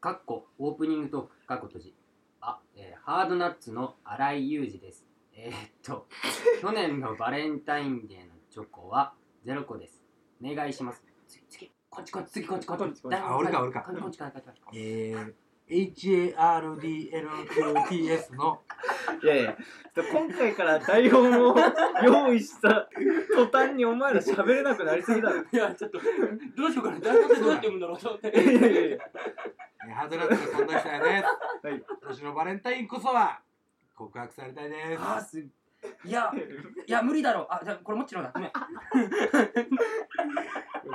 かっこオープニングトーク、かっこ閉じ。あ、えーハードナッツの荒井裕二です。えーっ と、去年のバレンタインデーのチョコはゼロ個です。お願いします。次、次、こっちこっち、次こっちこっち。こっちこっち誰もあ俺か俺かこっちこっちこっちこっちえー、HARDLQTS のいやいや、今回から台本を用意した途端にお前ら喋れなくなりすぎだろ。いや、ちょっと、どうしようかな。誰ってどうやって読むんだろうと思っいや て。いやいや、えーハードナッツが存在したいです。はい今年のバレンタインこそは告白されたいです。あーすっいや、いや、無理だろう。あ、じゃあ、これもちろんだ。ごめん。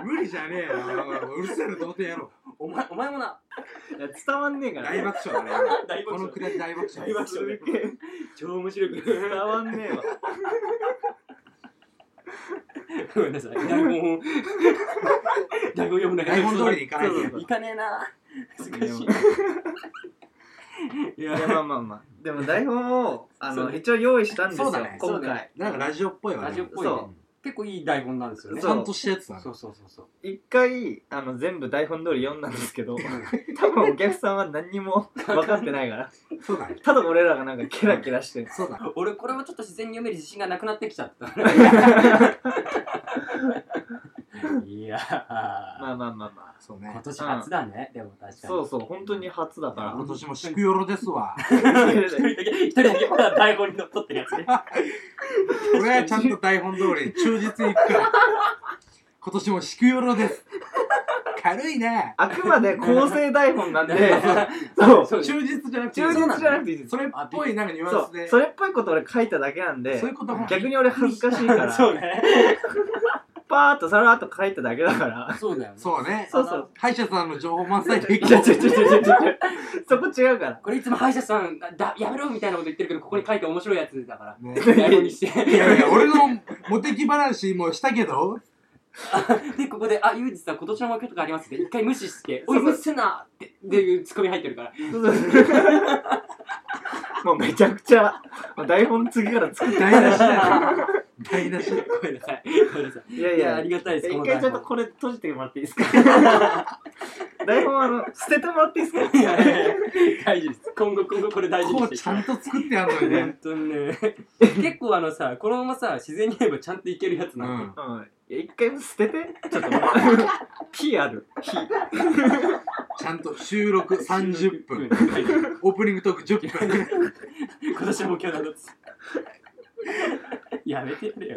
無理じゃねえよ。うるせえの童貞やろ。お前、お前もな。いや伝わんねえから大ね。爆笑だね。大このくだり大爆笑大爆です。笑ね超面白く。伝わんねえわ。ごめんなさい。台本を。 台本読むな台本通りでいかないとそうそういかねえな。恥ずかしい。いいやや、まあまあまあ。でも台本をあそうのね一応用意したんですよ。そうだねそう今だね回なんかラジオっぽいわね。ラジオっぽいそね。結構いい台本なんですよね。ちそゃうんとしたやつだね。そうそうそうそう。一回あの全部台本通り読んだんですけ ど、多分お客さんは何にも分かってないから。そうだね。ただ俺らがなんかキラキラしてる。そうだね。俺、これもちょっと自然に読める自信がなくなってきちゃった。いやまー。あまあまあまそう今ね。年初だね、でも確かにあ。。そうそう本当に初だから今。年も宿よろですわ。一人だけ、一人だけ、まだ台本にのっとってるやつね。、俺はちゃんと台本通りに忠実にいくから。今年も宿よろです。軽いね。あくまで構成台本なんでそ う、そう忠実じゃなくていい忠実じゃなくていいです。それっぽいなんかニュアンそスう、で。それっぽいこと俺書いただけなんでそうい、うことも逆に俺恥ずかしいから、そうね。パーっとその後書いただけだ から。そうだよね。そうね。そうそう。歯医者さんの情報満載で い いや、違う違う違う違う違う。そこ違うから。これいつも歯医者さんだやめろみたいなこと言ってるけどここに書いて面白いやつだからね台本にしていやいや、俺のモテキ話もしたけど、でここで「あユージさん今年の負けとかあります」って一回無視して「おい無視すんな!」ってでいうツッコミ入ってる からそうそう もうめちゃくちゃ、もう台本次から作って。台無しだよ。台無し。ごめんなさいごめんなさいいやいやありがたいです一この回台ちょっと本これ閉じてもらっていいですか 台本あの、捨ててもらっていいですかいやいやいや大事です今後今後これ大事にしこうていきちたゃんいと作ってやんのにね本。当に ね結構あのさこのままさ自然に言えばちゃんといけるやつうなんでん。うん。いや一回も捨てて。 ちょっと。ピある。ピ。ちゃんと収録30分。オープニングトーク10分。 今年も今日なのつやめてや れよ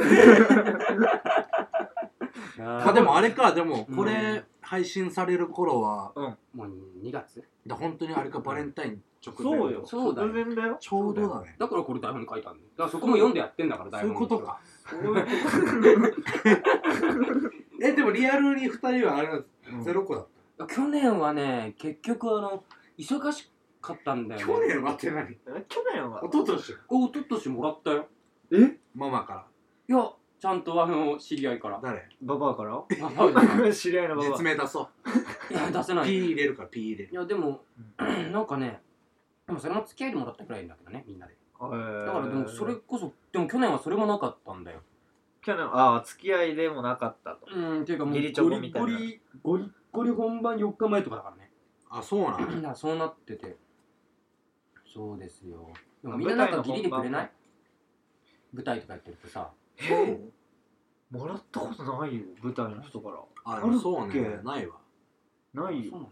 まあでもあれか、でもうんこれ配信される頃は、もう2月だ本当にあれかバレンタイン直前。そうよ。そうだよ突然だよ。ちょうどだね。だからこれ台本に書いたんだよだからそこも読んでやってんだからそう台いう本ことか。そうえ、でもリアルに2人はあれなんですうんゼロ個だっ去年はね結局あの忙しかったんだた。よね去年はって何 去年はお。ととしおととしもらったよえママかいやちゃんとあの知り合いから ら。誰ババアから あそうだね知り合いのババ実名出そう。いや出せなピいいー入れるからピー入れる。やでも なんかねでもそれも付き合いでもらったくらいだけどねみんなでア。だだからでもそれ。こそでも去年はそれもなかったんだよ去年、ああ、付き合いでもなかったと。うんっていうかもう義理チョコみたいなゴリゴリゴリゴリ本番4日前とかだからねあ、そうなのみんなそうなっててそうですよでもあみんななんか舞ギ台のリで本番くれない舞台とかやってるとさえもらったことないよ、舞台の人から。あ、あでるっもけそうね。ないわ。ないそうよ。な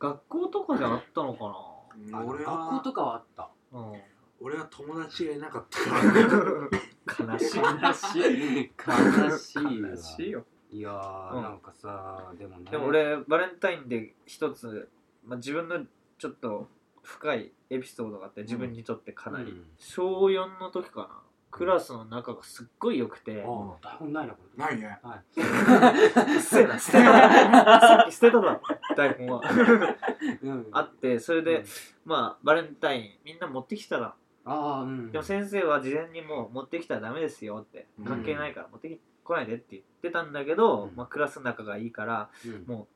学校とかじゃあったのかのあ学俺校は、とかはあったなうん。俺は友達がいなかったから。 悲しい。 悲しい悲しいわ悲しいよ。いやー、うんなんかさでもねでも俺バレンタインで一つ、まあ、自分のちょっと深いエピソードがあって自分にとってかなり、うん小4の時かなクラスの仲がすっごい良くてんあ台本ないなこれないね。 うっせえな捨てたさっき捨てただろ台本 はうんあってそれで、まあバレンタインみんな持ってきたらあーうんでも先生は事前にもう持ってきたらダメですよってうん関係ないから持ってこないでって言ってたんだけど、うんまあ、クラスの仲がいいからうんも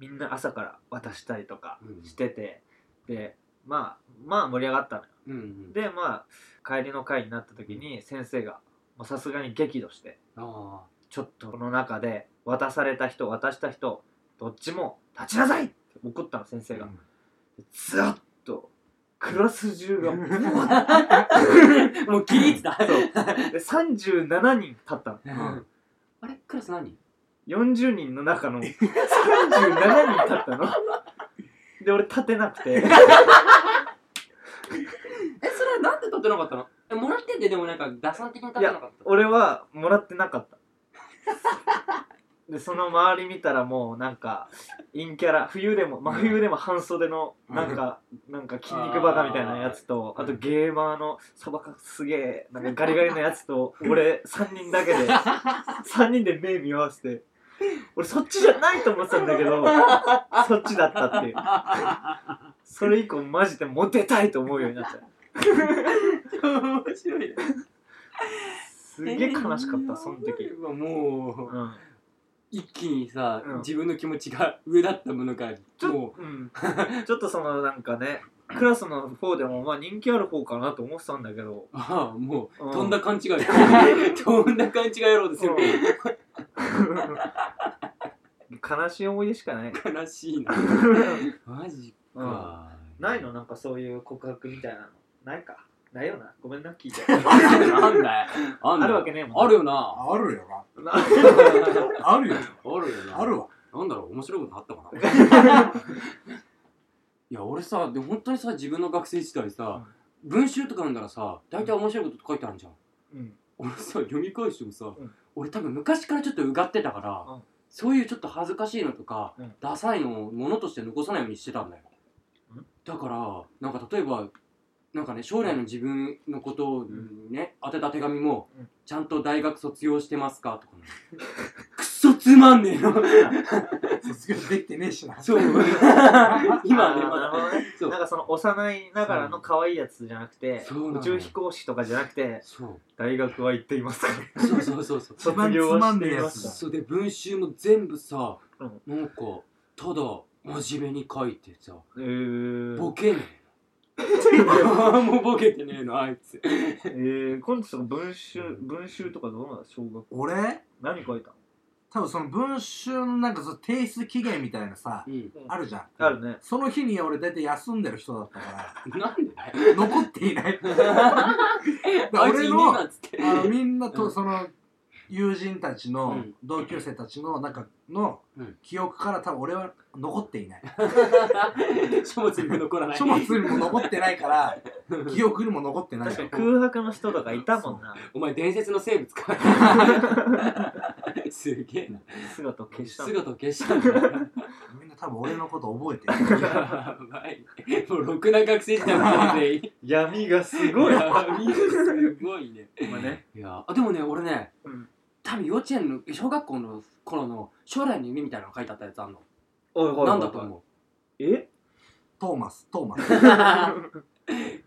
うみんな朝から渡したりとかうんしててでまあまあ盛り上がったのようんうんでまあ帰りの会になった時に先生がまあさすがに激怒してあちょっとこの中で渡された人渡した人どっちも立ちなさいって怒ったの先生が、うんザッとクラス中がも もうキリッつだ。うで37人立ったのんあれクラス何40人の中の37人立ったので俺立てなくてえ、それはなんで立ってなかったのえ、もらってんで、でもなんか、打算的に立ってなかった。俺はもらってなかったでその周り見たらもうなんか陰キャラ冬でも真冬でも半袖のなんか、なんか筋肉バカみたいなやつとあーあとゲーマーのサバカすげえなんかガリガリのやつと俺3人だけで3人で目見合わせて俺そっちじゃないと思ってたんだけどそっちだったっていうそれ以降マジでモテたいと思うようになった面白いね。すげえ悲しかったその時、もう、うん、一気にさ、うん自分の気持ちが上だったものから、ちょもうん、ちょっとそのなんかねクラスの方でもまあ人気ある方かなと思ってたんだけど う、ああ、もう、うんとんだ勘違 い。とんだ勘違いやろうとする。うん悲しい思い出しかない悲しいな。マジうんか。ないのなんかそういう告白みたいなのないかないよなごめんな聞いてなんだよ。あんだよあるわけねえもんあるよな。あるよな。なあるよ。あるよな。あるわ。なんだろう、面白いことあったかな。 いや、俺さ、でも本当にさ、自分の学生時代さ、文集とか読んだらさ、大体面白いことって書いてあるじゃん。 うん俺さ、読み返してもさ、うん俺多分昔からちょっとうがってたから、うんそういうちょっと恥ずかしいのとか、うんダサいのをものとして残さないようにしてたんだよ。うんだから、なんか例えば、なんかね、将来の自分のことをね、当てた手紙も、うんちゃんと大学卒業してますかとかね、 くっそつまんねえ の卒業できてねえしな。そう。今ね、あーまなるだ。ほどねそうなんかその幼いながらの可愛いやつじゃなくてそうなの宇宙飛行士とかじゃなくてそう。大学は行っていますかそうそうそうそ う。一番つまんねえやつだ。そうで、文集も全部さ、うんなんか、ただ、真面目に書いてさ、 えーボケねえ の。もうボケてねえの、あいつ。えー、今度その文集文集とかどうなの小学俺何書いたの多分その文集のなんかその提出期限みたいなさう、ん。あるじゃん。あるねその日に俺大体休んでる人だったかなんでだよ。ら、残っていない。あいつ 俺いねえのなっつって。あのみんなうとんその友人たちうのん同級生たちのなんかのうん記憶から多分俺は残っていない 書物にも残らない。書物にも残ってないから記憶にも残ってない確かに空白の人とかいたもんなお前、伝説の生物か。すげえな。姿を消したの姿を消したんだよ。みんな多分俺のこと覚えてるやばい。もうろくな学生時代も全員。闇がすすごごいいやみんなすごいね。まあねいやあでもね俺ねうん多分幼稚園の小学校の頃の将来の夢みたいなの書いてあったやつあんの、おいおいおいおいなんだと思えトーマストーマス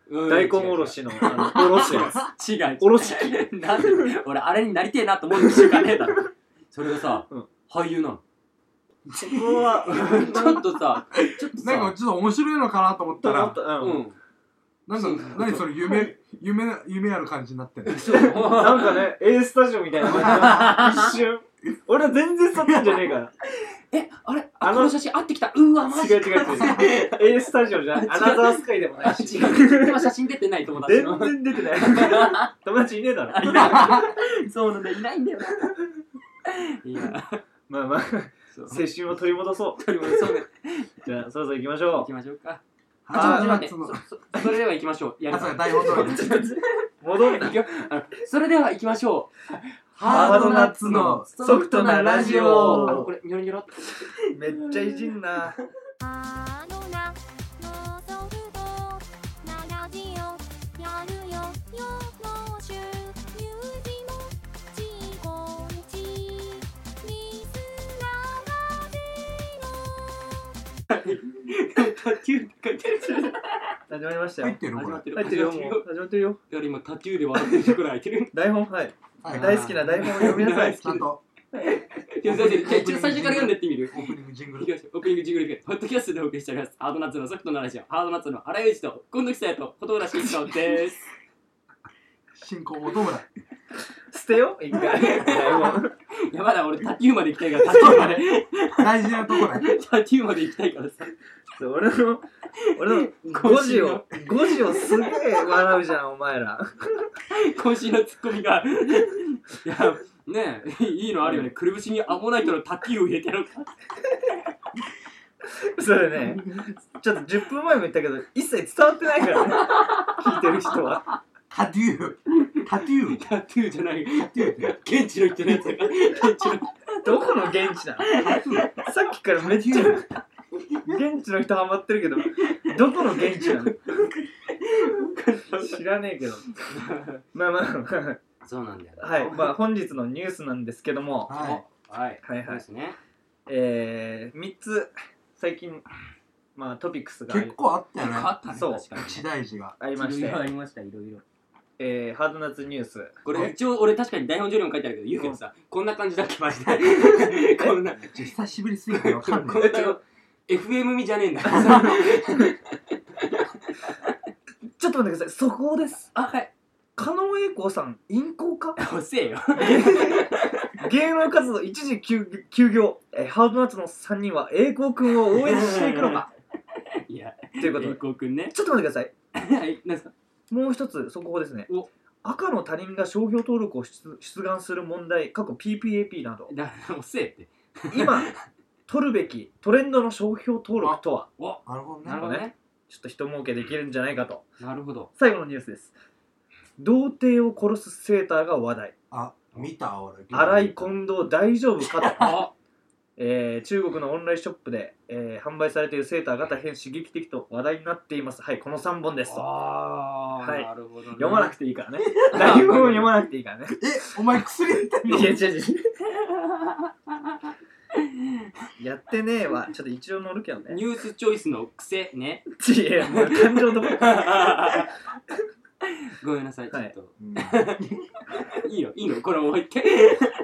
う、うん 大根おろしのあのおろすやつ違う違うおろしなんで俺あれになりてえなと思うしかねえ だろそれがさ、うん俳優な のそこはちょっとさちょっとなんかさちょっと面白いのかなと思ったらううんんなんか何それ夢夢夢ある感じになってるそうなんかね A スタジオみたいな感じで一瞬俺は全然そっちんじゃねえからえあれああのこの写真合ってきたうわマジ違う違う違う A スタジオじゃないアナザースカイでもなあいし違う今写真出てない友達の全然出てない友達いねえだろ そうなんだいないんだよないやまあまあそう青春を取り戻そう取り戻そうねじゃあそろそろ行きましょ行うきましょうかあちょっとー待ってそのそそそれでは行きましょうや あるそうかだ台本通り戻んなら行くよあのそれでは行きましょハードナッツのソフトうなラジオあのこれニョロニョロってめっちゃいじんなハードなのソフトなラジオやるよ予防集友人もちいこんちリスナーがゼタトゥーって書いてる始まりましたよ入ってる始こまれってる入ってるよも始まう始まってるよいや今タトゥーで笑ってるところ開いて る台本はいはい大好きな台本を読みなさい ちゃんといやだ ってじゃあ一応最初から読んでってみるオープニングジングいきルましょうオープニングジングルで、ホットキャストでお送りしております。ハードナッツのソフトなラジオ、ハードナッツの荒井祐二と、近藤久也と、琴浦慎一郎です。進行音村捨てよう一回。いやまだ俺タトゥーまで行きたいからタトゥーまで大事なとこだよ。タトゥーまで行きたいからさそう俺の、俺の5時を、5時をすげえ笑うじゃん、お前ら。今週のツッコミがいやねえいいのあるよねくるぶしにアンモナイトのタトゥーを入れてやろうかそれね、ちょっと10分前も言ったけど、一切伝わってないからね。聞いてる人は。タトゥー。タトゥー。タトゥーじゃない現地の人のやつやから現地のどこの現地なの さっきからめっちゃ、現地の人ハマってるけど、どこの現地なの知らねえけど。まあまあまそうなんだよ、ねあ、はい。まあ本日のニュースなんですけども、はい。はいはいそうはでい。すねえー、3つ、最近、まあトピックスがあり結構あったよね。あったねそう確かに時代 時が。ありましいろいてろ、ありましたいろいろえー、ハードナッツニュース。これ一応俺確かに台本上にも書いてあるけど言うけどさこんな感じだっけマジでこんなちょ久しぶりすぎてわかんなこい。れ違う FM 味じゃねえんだからさちょっと待ってください、速報です。あはい狩野英孝さん、陰行 か遅えよ芸能活動一時休休業、えーハードナッツの3人は栄光君を応援していくのか いやということ英で孝くんねちょっと待ってくださいはいなんすかもう一つ速報ですねお赤の他人が商標登録を出出願する問題過去 PPAP などだから遅えって今取るべきトレンドの商標登録とはなるほどねな。るほどねちょっと一儲けできるんじゃないかとなるほど最後のニュースです童貞を殺すセーターが話題あ、見た俺。荒井近藤大丈夫かと あえー中国のオンラインショップで、えー販売されているセーターが大変刺激的と話題になっています。はい、この3本ですと。ああ、はいなるほど、ね。読まなくてい いからね。台本を読まなくていいからね。え、お前薬やっていんのや、違う違う。やってねえ わ。ちょっと一応乗るけどね。ニュースチョイスの癖 ね。いや、もう感情と か。ごめんなさい、ちょっと。うんい、いよ、いいの、これもう一 回。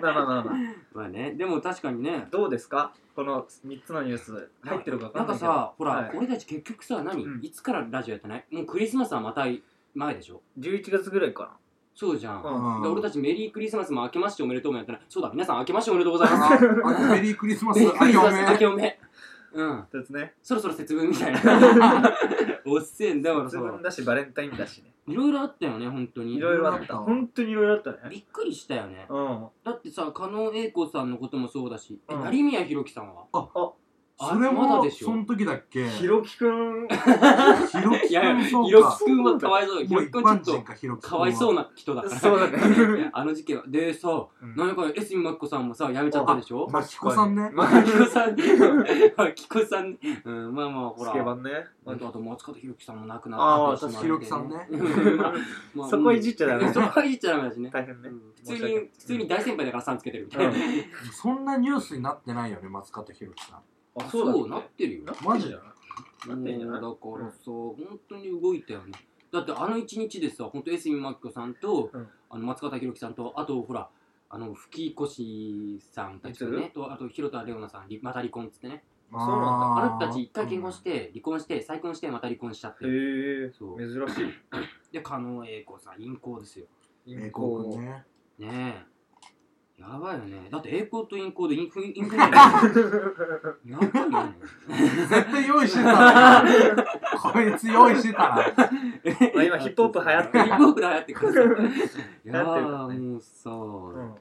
まあまあまあまあ。まあね、でも確かにね。どうですかこの3つのニュース。入ってるか分かなんんなかいけど。さ、ほら、はい俺たち結局さ、何、うんいつからラジオやってないもうクリスマスはまた前でしょ11月ぐらいかそうじゃん。な。うん。うんで俺たちメリークリスマスも明けましておめでとうもやってない。そうだ、皆さん明けましておめでとうございます。ああメリークリスマス。メリークリスマスあ明けおめ。うん。一つね。そろそろ節分みたい な。おっせえんだから節さ。分だし、バレンタインだしね。いろいろあったよね、本当に。いろいろあった。本当にいろいろあったね。びっくりしたよね。うん。だってさ、加納英子さんのこともそうだし、えうん成宮弘樹さんはそれあまだもでしょその時だっけひひろろきくん。きいやいや、くんそう弘か樹くんはかわいそう。もう弘樹一くんは般ちょっ人かひろきとくんかわいそうな人だから。そうだね。 あの事件は。でさ、うんなんか江角真紀子さんもさ、辞めちゃったでしょまきこさんねま真紀子さん、真紀子さん、うん、まあまあ、ほスら。ケバンね。あと、あと松方弘樹さんも亡くなあっあてしまって。弘樹さんねうん。まあまあ そこいじっちゃダうメん。そこはいじっちゃダメだしね。大変ね。普通に、普通に大先輩だからさんつけてるみたいな。そんなニュースになってないよね松方ひろきさんあ、そうだなってるよ。マジでもなうってんじゃないだからさ、本当に動いたよねだってあの一日でさ本当江角真紀子さんと、うんあの松方弘樹さんとあとほらあの吹越さんたちと言っねとあと広田玲奈さんりまた離婚っつってねあそうなんだあなたたち一回結婚してて離婚して再婚してまた離婚しちゃってへえ、そう珍しで加納英子さん陰行ですよい。英語ねねえやばいよねだって栄光と陰行で陰不陰不 なんだよやばいよね絶対用意して たなこいつ用意してたなまあ 今ヒップホップ流行ってるヒップホップ流行ってくる流い行やってるからねーもうさ、うん。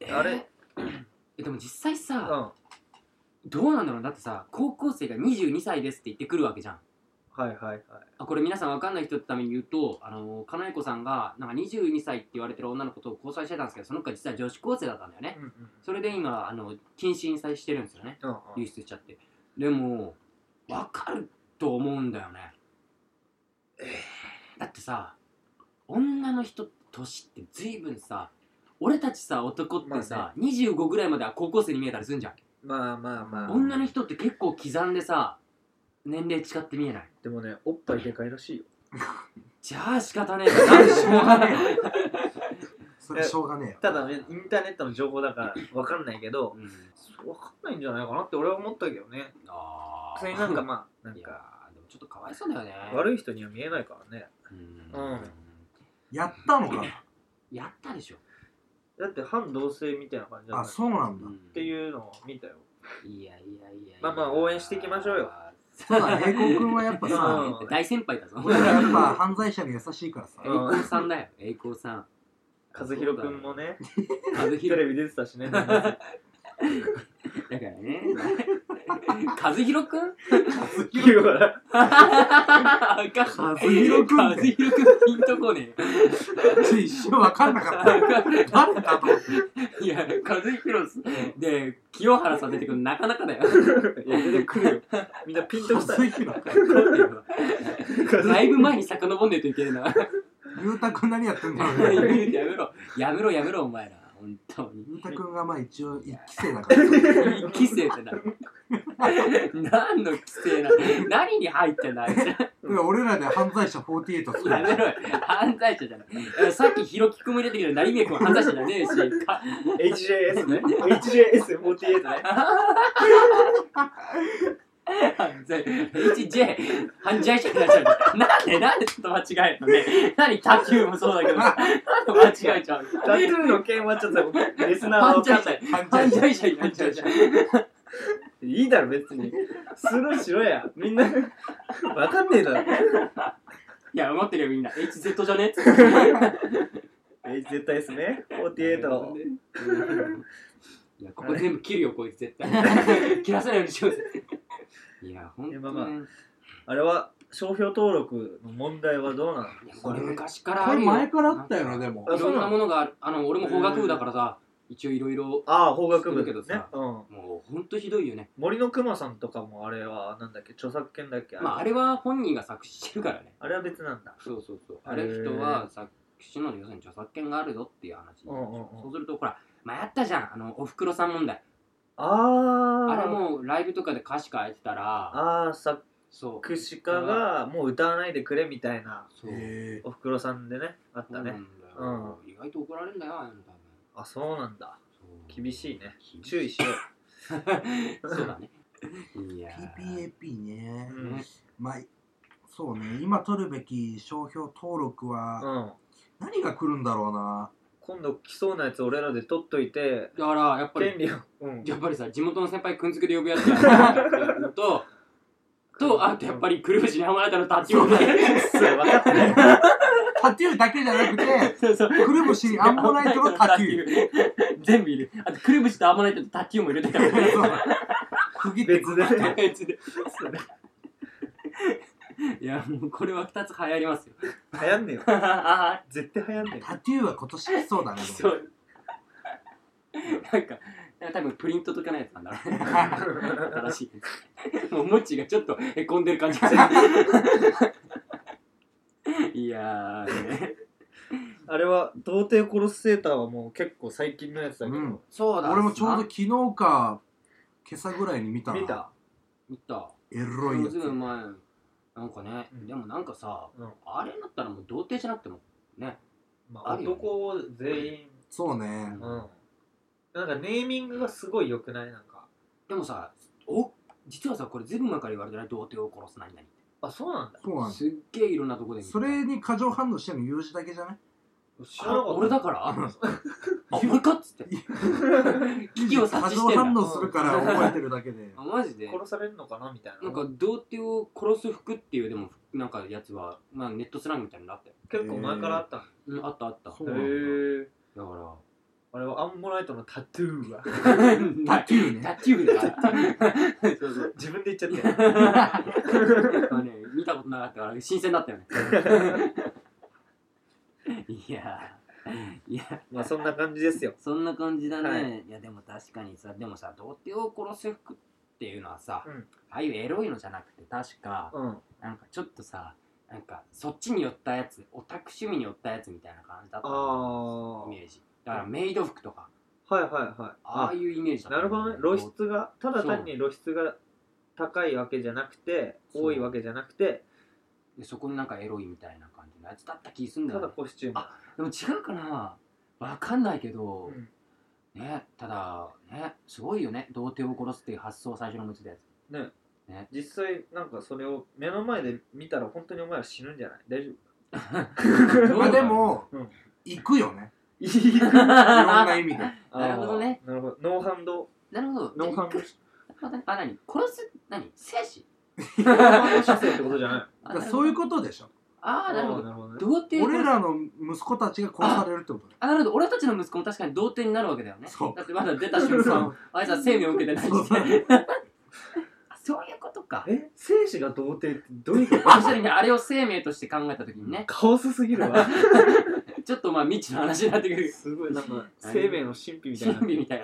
えーあれえでも実際うん。さ、はどうなんだろうだってさ高校生が22歳ですって言ってくるわけじゃんいはいはい。あこれ皆さんわかんない人のために言うとあの金谷子さんがなんか22歳って言われてる女の子と交際してたんですけどその子は実は女子高生だったんだよねうんうん。それで今あの謹慎さえしてるんですよねうんう流ん出しちゃってでもわかると思うんだよねだってさ女の人年って随分さ俺たちさ男ってさ、ま25ぐらいまでは高校生に見えたりするんじゃんまあまあまあ。女の人って結構刻んでさ年齢違って見えないでもね、おっぱいでかいらしいよ。じゃあ仕方ねえなしょうがねえよそれしょうがねえよただね、インターネットの情報だからわかんないけど、うん、わかんないんじゃないかなって俺は思ったけどね。あーそれになんかま あ、ないんやか、ーでもちょっとかわいそうだよね悪い人には見えないからね。うんうんやったのかやったでしょだって反同性みたいな感じだあっそうなんだ、ていうのを見たよいやいやいやまあまあ応援していきましょうよそうだね英孝君はやっぱさうん大先輩だぞ俺らやっぱ犯罪者に優しいからさ栄光さんだよ栄光さん和弘くんもね和テ弘レビ出てた しねだからね和弘くん言うから和和弘くん和って弘くんピンとこねえ一瞬分かんなかった 誰だと思っていや和弘すで清原さん出てくるのなかなかだよいや出てくるよみんなピンときた和弘 だいぶ前に遡んねえといけないな裕太君何やってんだろうねやめろやめろやめろお前ら本当に裕太君がまあ一応一期生だから 一期生ってな何の規制なの何に入ってんの あいつらだから俺らで犯罪者48作やるめろよ犯罪者じゃないいやさっきひろきくんも入れてきたけど成宮くんは犯罪者じゃねえしか HJS ね HJS48 ね犯罪 HJ 犯罪者になっちゃうなんでなんでちょっと間違えたのね何卓球もそうだけどさなんで間違えちゃうのタトゥーの件はちょっとリスナーは犯分罪かん者ない犯犯罪者罪者になっちゃうじゃんいいだろ別にスルーしろやみんな分かんねえだろいや思ってるよみんな HZ じゃね HZS ね48 いやここ全部切るよこいつ絶 対切らせないようにしようぜいや本当いやまあねあれは商標登録の問題はどうなのいやこれ昔からあこれるよ前からあったよなでもあいろんなものがあるあの俺も法学部だからさ一応いろいろああ法学部だけどねさ、うん、もうほんとひどいよね森の熊さんとかもあれはなんだっけ著作権だっけあれ,、まああれは本人が作詞してるからねあれは別なんだそうそうそうへーあれ人は作詞の要するに著作権があるぞっていう話うんうんうんそうするとほら前あったじゃんあのおふくろさん問題あああれもライブとかで歌詞変えてたらああ作そう詞家がもう歌わないでくれみたいなそうへおふくろさんでねあっそたうなねんだよ意外と怒られるんだよああいうの多分あそうなんだそう厳しいね厳しい 注意しよそうだねいやーー PPAP ねう、うねんまあそうね今取るべき商標登録はうん、何が来るんだろうな 今度来そうなやつ俺らで取っといてだからやっぱり権利を、 うん、やっぱりさ地元の先輩くんづけで呼ぶやつだな ととあとやっぱりくるぶしにはまれたのタッチもねそう分かったねタトゥーだけじゃなくてそうそうくるぶしにアンモナイトのタトゥーー 全部入れるあとくるぶしとアンモナイトとタッチも入れてたからね区切って別でね別でいやもうこれは2つ流行り ますよ流行んねえよあ絶対流行んねえよタトゥーは今年来そうだねーそうなんかなんか多分プリントとかのやつなんだろうね 新しいもうもちがちょっとへこんでる感じがするいやーねあれは童貞殺すセーターはもう結構最近のやつだけど、うんそうだ俺もちょうど昨日か今朝ぐらいに見たな見た見たエロいやずいぶつ前なんかね、うんでもなんかさ、うんあれだったらもう童貞じゃなくてもねまあるよね男全員、そうねうんなんかネーミングがすごい良くないなんかでもさお実はさこれずいぶん前から言われてない童貞を殺す何々ってあそうなんだそうなんだすっげえいろんなとこで見たそれに過剰反応してるの友人だけじゃない知らなあかった俺だからあ俺かっつって危機を察過知剰してん反だ応するから覚えてるだ けであマジで殺されるのかなみたいななんか童貞を殺す服っていうでもなんかやつは、まあ、ネットスラングみたいになのあったよ、結構前からあったのうん、あったあっただかそうへなんだえらあれはアンモナイトのタトゥーは タトゥーねタッチューだからそうそう自分で言っちゃったよ まあね、見たことなかったから新鮮だったよね いやーいやまあそんな感じですよそんな感じだね、、はいやでも確かにさでもさ童貞を殺す服っていうのはさ、うんああいうエロいのじゃなくて確かうんなんかちょっとさなんかそっちに寄ったやつオタク趣味に寄ったやつみたいな感じだったあのあはイいメージだからメイド服とかはいはいああいうイメージだったなるほどね露出がただ単に露出が高いわけじゃなくてそう多いわけじゃなくてでそこになんかエロいみたいな感じのやつだった気すんだたよ、だね、コスチュームあでも違うかなわかんないけど、うんねただねすごいよね童貞を殺すっていう発想を最初に思いついたやつねね実際なんかそれを目の前で見たら本当にお前ら死ぬんじゃない大丈夫まあでもうん 行くよね いやろんな意味で。なるほどねあー。なるほど。ノーハンド、 なるほど。ノーハンドあ、なに殺す、なに生死ノーハンド射精ってことじゃない。だからそういうことでしょ。あーなるほど。なるほどね。童貞俺らの息子たちが殺されるってことね。あ、なるほど。俺たちの息子も確かに童貞になるわけだよね。そうだってまだ出た瞬間、あいつは生命を受けてないし。 そうそそうういうことか。え精子が童貞ってどういう こと確かにね、あれを生命として考えたときにね、カオスすぎるわ。ちょっとまあ未知の話になってくる。すごい、なんか、生命の神秘みたい準な。備みたい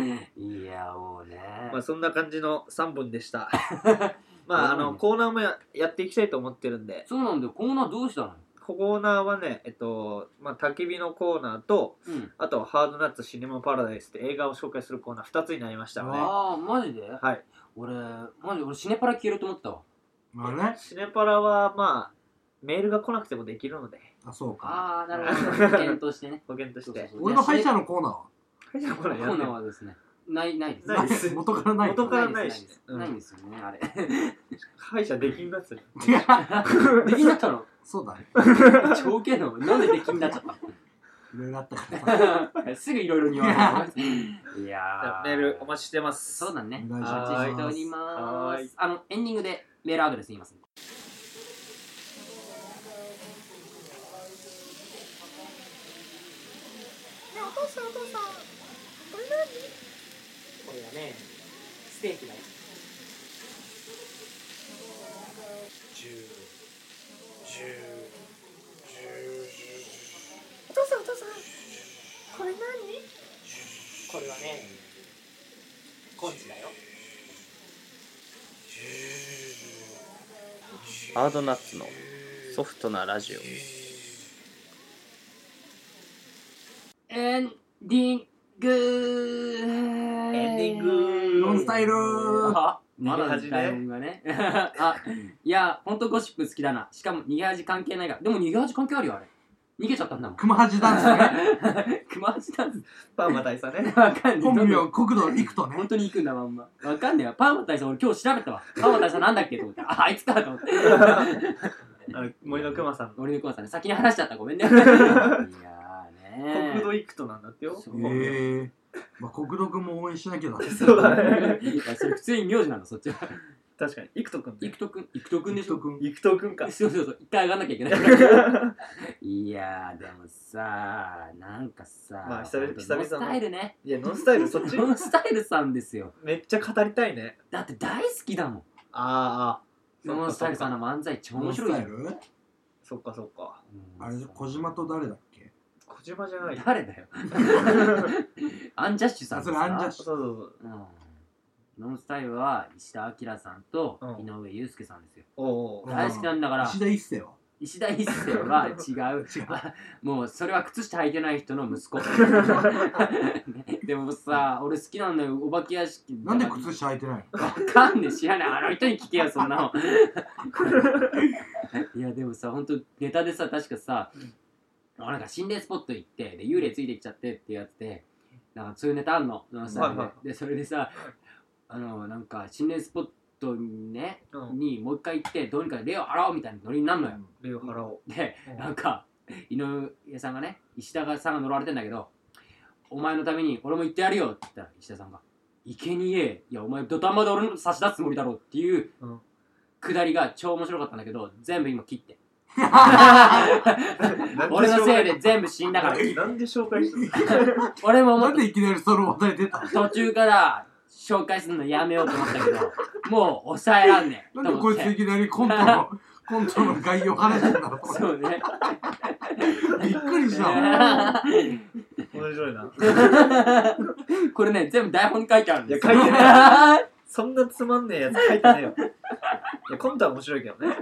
な。いや、もうね。まあ、そんな感じの3本で した。まあ、あうの、んコーナーもややっていきたいと思ってるんで、そうなんだよ。コーナーどうしたのコーナーはね、えっと、まあ、焚き火のコーナーと、うん。あとはハードナッツシネマパラダイスって映画を紹介するコーナー2つになりましたので、ああ、マジではい。俺、マジで俺シネパラ消えると思ったわ。まあね。シネパラは、まあ、メールが来なくてもできるので、あ、そうか。ああ、なるほど。検討してね。保険とそして。うそうそう俺の歯医者のコーナーははい、じゃあこコれやーってナーはですね、ない、ないです。ないです元からない。元からないしですないですないんですよね、あれ。歯医者できんなっ つういや出来になった のそうだね。超系のなんで出来になっちゃっいろいろあったからさ。 たの すぐいろいろに言われ る。いやー。メールお待ちしてます。そうだね。おお願いします待ちしておりまはーいす。あの、エンディングでメールアドレス言います。ねえお父さんお父さんこれ何これはねステーキだよお父さんお父さんこれ何これはねコンチだよアードナッツのソフトなラジオエンディングエエンディングノンスタイルあ逃まげだ恥時ね代音がね。 あ、いや、ほんとゴシップ好きだな。しかも逃げ恥関係ないが。でも逃げ恥関係あるよ、あれ。逃げちゃったんだもん。 熊八ダンスね。熊八なんです。パーマ大 佐ね。わかんねえ。本名、国土陸とね本。当に行くんだまんまわかんねえわパーマ大佐俺今日調べたわパーマ大佐なんだっけと思ってああいつかと思ってあの森の熊さんの。俺の熊さんね先に話しちゃったごめんね いやーね国土行くとなんだってよ。そうええ。まあ、国土君も応援しなきゃだね。そうだね。い やそれ普通に名字なんだそっちは確かに。行くとくんだ行よくとくん行くとくんでしょ国土行くとく んか。そうそうそう一回上がんなきゃいけない いやーでもさなんかさまあ久々久々のスタイルねいや、ノンスタイルそっ ちこのスタイルさんですよめっちゃ語りたいね。だって大好きだもんあそのスタイルさんん。の漫才超君。面白いじゃんノンスタイルそっかそっか。あれ、小島と誰だっけ小島じゃない。誰だよ アンジャッシュさんあそれアンジャッシュそうそううそう。んノンスタイルは石田明さんとうん井上裕介さんですよ、おうおう。大好きなんだから石田一世は。石田一世は違う違う もうそれは靴下履いてない人の息子でもさ俺好きなんだよお化け屋敷なんで靴下履いてないわかんねえ知らないあの人に聞けよそんなのいやでもさ本当ネタでさ確かさ、あなんか心霊スポット行ってで幽霊ついてきちゃってってやつでなんかそういうネタあんのなんかさはいはでそれでさあのなんか心霊スポットにねうん。にもう一回行ってどうにか霊を洗おうみたいなノリになるのよ、レオハラオ。でうんなんか井上さんがね石田さんが乗られてんだけどお前のために俺も行ってやるよって言ったら石田さんが「生贄にえいやお前土壇場で俺のこと差し出すつもりだろ」っていううんくだりが超面白かったんだけど全部今切ってな んで俺のせいで全部死んだから切って なんで紹介したの 俺も思なっんてでいきなりその話題出た途中から紹介するのやめようと思ったけどもう抑えらんねえなんでこいとつ思っいてきなりコントの、 コントの概要話してんだろうそうねびっくりし た。こ面白いな。れね全部台本に書いてあるんですいや書い てないそんなつまんねえやつ書いてね えよ。いや、コントは面白いけどね。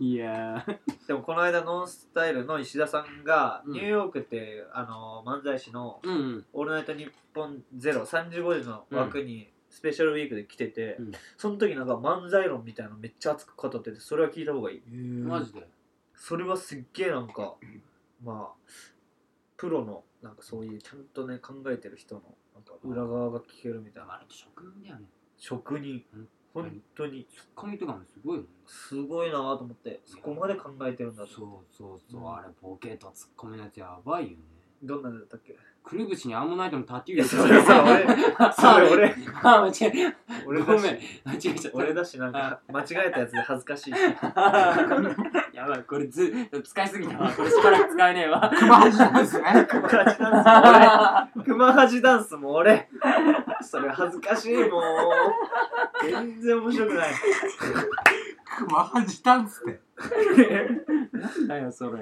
いやーでもこの間ノンスタイルの石田さんがうんニューヨークっていう、あの漫才師のうんうん「オールナイトニッポンゼロ3時5時の枠にスペシャルウィークで来てて、うんその時なんか漫才論みたいなのめっちゃ熱く語っててそれは聞いた方がいいマジでそれはすっげえなんかまあプロのなんかそういうちゃんとね考えてる人のなんか裏側が聞けるみたいあなれって職人だよね職人うん本当にツッコミとかもすごいよねすごいなと思ってそこまで考えてるんだとそうそうそう、うんあれボケとツッコミのやつやばいよねどんなのだったっけくるぶしにアンモナイトのタトゥー いや入それれてたさ俺それ俺あ間違え俺ごだめんし間違えちゃった俺だしなんか間違えたやつで恥ず かしいしやばいこれず使いすぎたわこれしばらく使えねえわ熊八なんですね。熊八ダンスも俺熊八ダンスも俺それ恥ずかしいもう全然面白くない熊八ダンスって。なんだよそ れ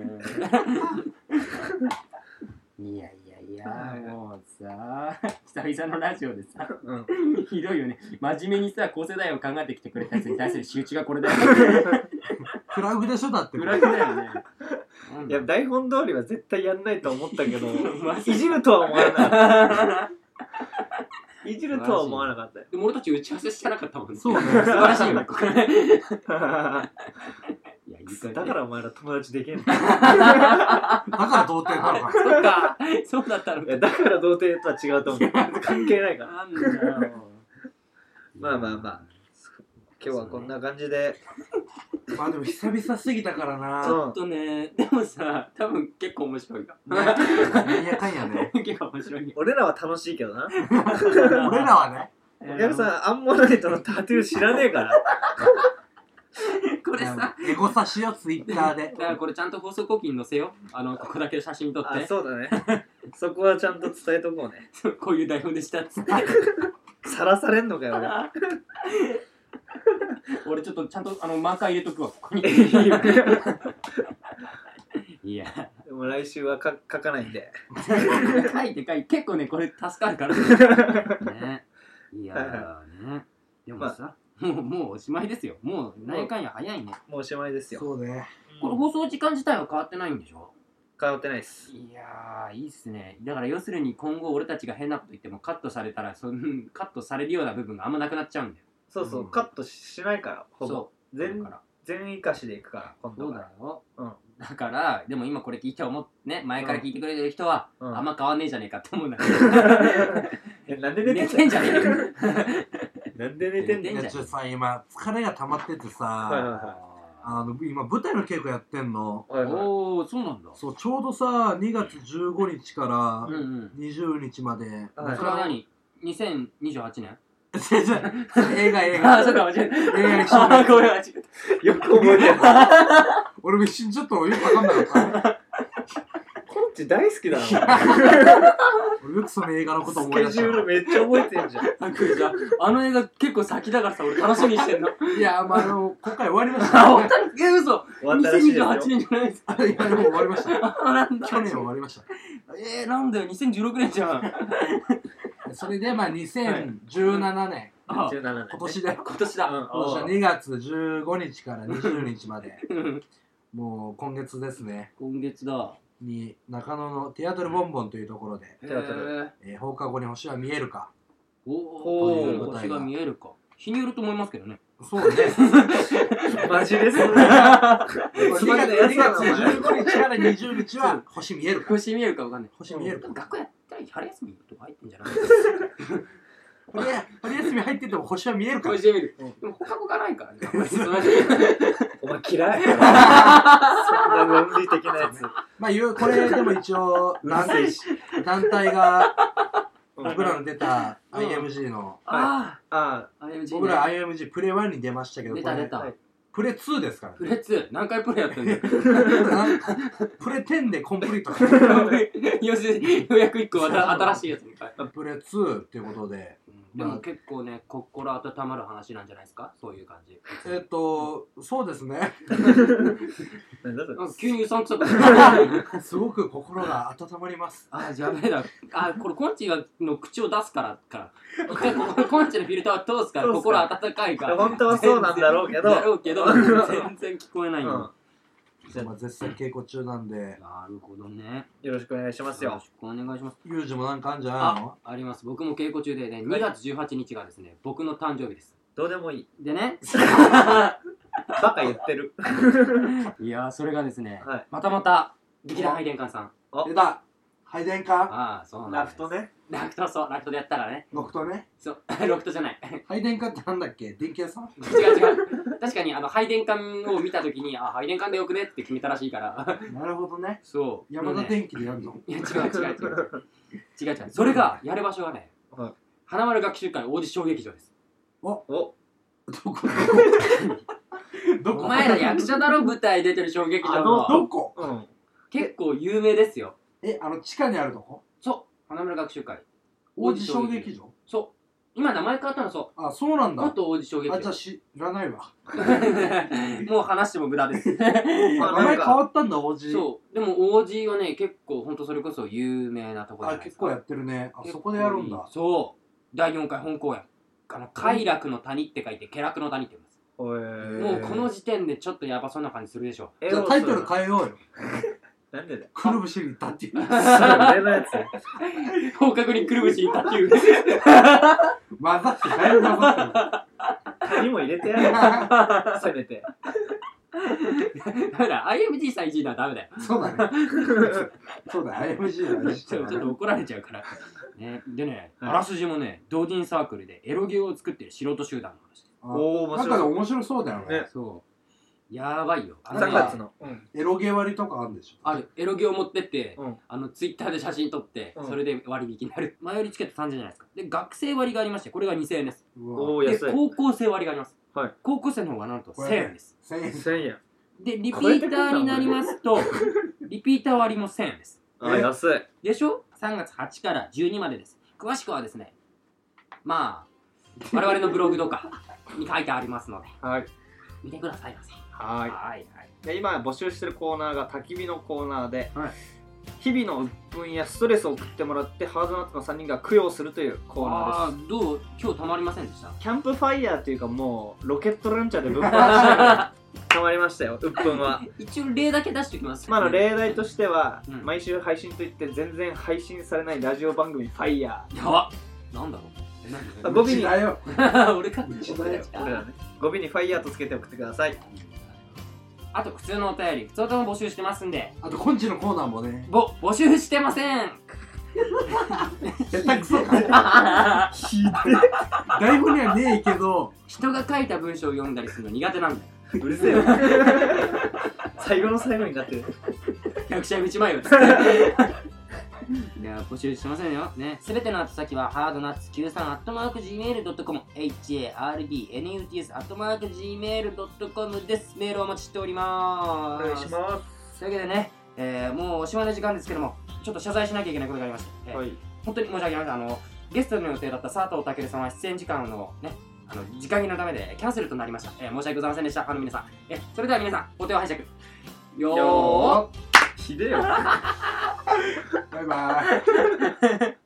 いやいやいやもうさ久々のラジオでさうんひどいよね真面目にさ構成大を考えてきてくれたやつに対する仕打ちがこれだよ フラグでしょだって。裏切だよねいや台本通りは絶対やんないと思った けどマジいじるとは思わなかったいじるとは思わなかったよでも俺たち打ち合わせしてなかったもんねそうね素晴らしいよねこれ いやいい感じだからお前ら友達できんのだから童貞なのか。そっかそうだったのいかやだから童貞とは違うと思う 関係ないからなんだよまあまあまあ今日はこんな感じでまあでも久々すぎたからうな。ちょんっとねでもさ多分結構面白いよなんやかんやね。 結構面白いよ俺らは楽しいけどな俺らはね。お客さんアンモナイトのタトゥー知らねえ からこれさエゴサしようツイッターでだ。からこれちゃんと放送後期に載せようあのここだけ写真撮っあてそうだねそこはちゃんと伝えとこうねそう こういう台本でしたっつってさらされんのかよ 俺 俺ちょっとちゃんとあのマーカー入れとくわここに いやでも来週はか書かないんで書いて書いて結構ねこれ助かるからねいやーねでもさ、もうもうおしまいですよもう何やかんや早いねもうおしまいですよそうね。これ放送時間自体は変わってないんでしょ変わってないっすいやーいいっすねだから要するに今後俺たちが変なこと言ってもカットされたらそんカットされるような部分があんまなくなっちゃうんだよそうそう、うんカットしないからほぼそう全だから全生かしでいくから今そ度うはだよ、うんだからでも今これ聞いて思っね前から聞いてくれてる人は、うんあんま変わんねえじゃねえかって 思うんだけえ なんでど寝寝ててんんじじゃゃねえんよなんで寝てんいじいゃんじゃなんいやいちょっとさ今疲れが溜まっててはいさ、はあの今舞台の稽古やってんの。いはいはいはいおおそうなんだそうちょうどさ2月15日かうんらうん20日まで。はいそれは 何 ?2028 年先生映画映ああ、画そうか、間違えた。映画一緒ああ、にごめん、間違えた。よく覚えてる俺も一瞬ちょっとよくわかんなかったコンチ大好きだな俺よくその映画のことス思いケ出しジたュールめっちゃ覚えてんじゃんあくじゃあの映画結構先だからさ、俺楽しみにしてんの。いやまああの今回終わりましあ、た本当にえ、嘘終わったらしいですよ !2028 年じゃないですか。いやでも終わりましたあ、なんだ。去年終わりましたえー、なんだよ、2016年じゃ ん。それでまあ2017年あ、 17年ね今年だよ今年だ。うん今年は2月15日から20日までうんもう今月ですね今月だ。に中野のテアトルボンボンというところで、へ手当たーるえー放課後に星は見えるかおおー、ー星が見えるか。日によると思いますけどね。そうねマジです2つまんないやつだな月お前15日から20日は星見えるか星見えるかわかんない。星見えるでかも学校やったら春休みとか入ってんじゃ ない春休み入ってても星は見えるか星見るうん。でも放課後がない からね。お前嫌いそんな論理的なやつまあいうこれでも一応うる団せえし団体がうん僕らの出たうん IMG のあああ、IMG ね僕ら IMG プレ1に出ましたけど出こた出れた。プレ2ですからプレ2、何回プレやってんだよ。 ねプレ10でコンプリート よし、ようやく一個また新しいやつみたい。プレ2っていうことででも結構ね、心温まる話なんじゃないですかそういう感じ。えっとそうですねなんだそれなんか急にうさんくさくなるすごく心が温まりま すあー、じゃあやべえだ。あー、これコンチの口を出すからか。一回ここ コンチのフィルターを通すから通すか心ら温かいから。本当はそうなんだろうけどだろうけど、全然聞こえないうんよ。よまあ絶賛稽古中なんでなるほどね。ろしくお願いしますよろよしくお願いします。ユージもなんかあんじゃないあの、あります。僕も稽古中でね、は2い月18日がですね、僕の誕生日です。どうでもいいで ね、バカ言ってるいやーそれがですね、はいまたまた劇団ハイデンカンさんあ出た配電管ああ、そうなラんでフす。トねラフト、そう、ラフトでやったからね。ロクトねそう、 ロフトじゃない。配電管ってなんだっけ電気屋さん違う違う。確かに、あの、配電管を見たときに、あ、配電管でよくねって決めたらしいから。なるほど ねそう。山で田もね電機でやるのいや、違う違 う違う。違う違う。それが、やる場所はねはい、花丸学習会オーディション劇場です。おどこどこ お前ら役者だろ、舞台出てる小劇場あの。どこうん結構有名ですよ。えあの地下にあるとこそう、花村学習会。王子小劇場そう。今名前変わったのそあそうなんう。だ元王子小劇あじゃあ場。知らないわ もう話しても無駄 です。名あな前ん変かわったんだ王子そう。でも王子はね、結構、ほんとそれこそ有名なところあ結構やってるねあそこでやるんだそう。第4回本公演。あの、快楽の谷って書いて、気楽の谷って言います。おえへもうーこの時点でちょっとやばそうな感じするでしょ。エじゃあロタイトルか変えようよなんでだよくるぶしに立っていう俺のやつ広角にくるぶしにタト ゥー。混ざってだいぶ混ざ髪も入れてやってる るせめてダメだ。IMG さんいじるのはダメだよ。そうだね。そうだ、IMG だ、ちょっと怒られちゃうから。ね、でね、はいあらすじもね、同人サークルでエロゲーを作ってる素人集団の話。おー面なん白かいで面白そうだよねね。そう。やばいよ。あのね3月のうんエロゲ割りとかあるんでしょ。あるエロゲを持ってって、うんあのツイッターで写真撮って、うんそれで割引になる前売りチケット30円じゃないですかで学生割がありましてこれが2000円ですうわおおで安い高校生割があります、はい高校生の方がなんとこれ1000円です1000円。 1000円でリピーターになります とリピーター割も1000円ですあ安いでしょ3月8から12までです詳しくはですねまあ我々のブログとかに書いてありますのではい見てくださいませははいはいいで今募集してるコーナーが焚き火のコーナーではい日々の鬱憤やストレスを送ってもらってハードナッツの3人が供養するというコーナーあですーどう今日たまりませんでしたキャンプファイヤーというかもうロケットランチャーでぶっ放 してたまりましたよ鬱憤は一応例だけ出しておきますまああの例題としては、うん毎週配信といって全然配信されないラジオ番組「ファイヤやばなんだろうー何語尾うちにだよ。 俺かうちだよ。俺らね語尾に「ファイヤーとつけて送ってくださいあと普通のお便り普通とも募集してますんであと、コンチのコーナーも ね、ぼ募集してませ ん下手くそか。ひでえ 台本にはねえけど、人が書いた文章を読んだりするの苦手なんだよ うるせえよ最後の最後になってる役者道前よ いや募集してませんよねすべての宛先はハードナッツ93アットマーク Gmail.com HARDNUTS アットマーク Gmail.com ですメールをお待ちしておりまおす願いしますというわけでね、えーもうおしまいの時間ですけどもちょっと謝罪しなきゃいけないことがありまして、えすーはい本当に申し訳ありませんあのゲストの予定だった佐藤健さんは出演時間のねあの時間切れのためでキャンセルとなりました、えー申し訳ございませんでしたファンの皆さん、えーそれでは皆さんお手を拝借よーひでえよバイバイ。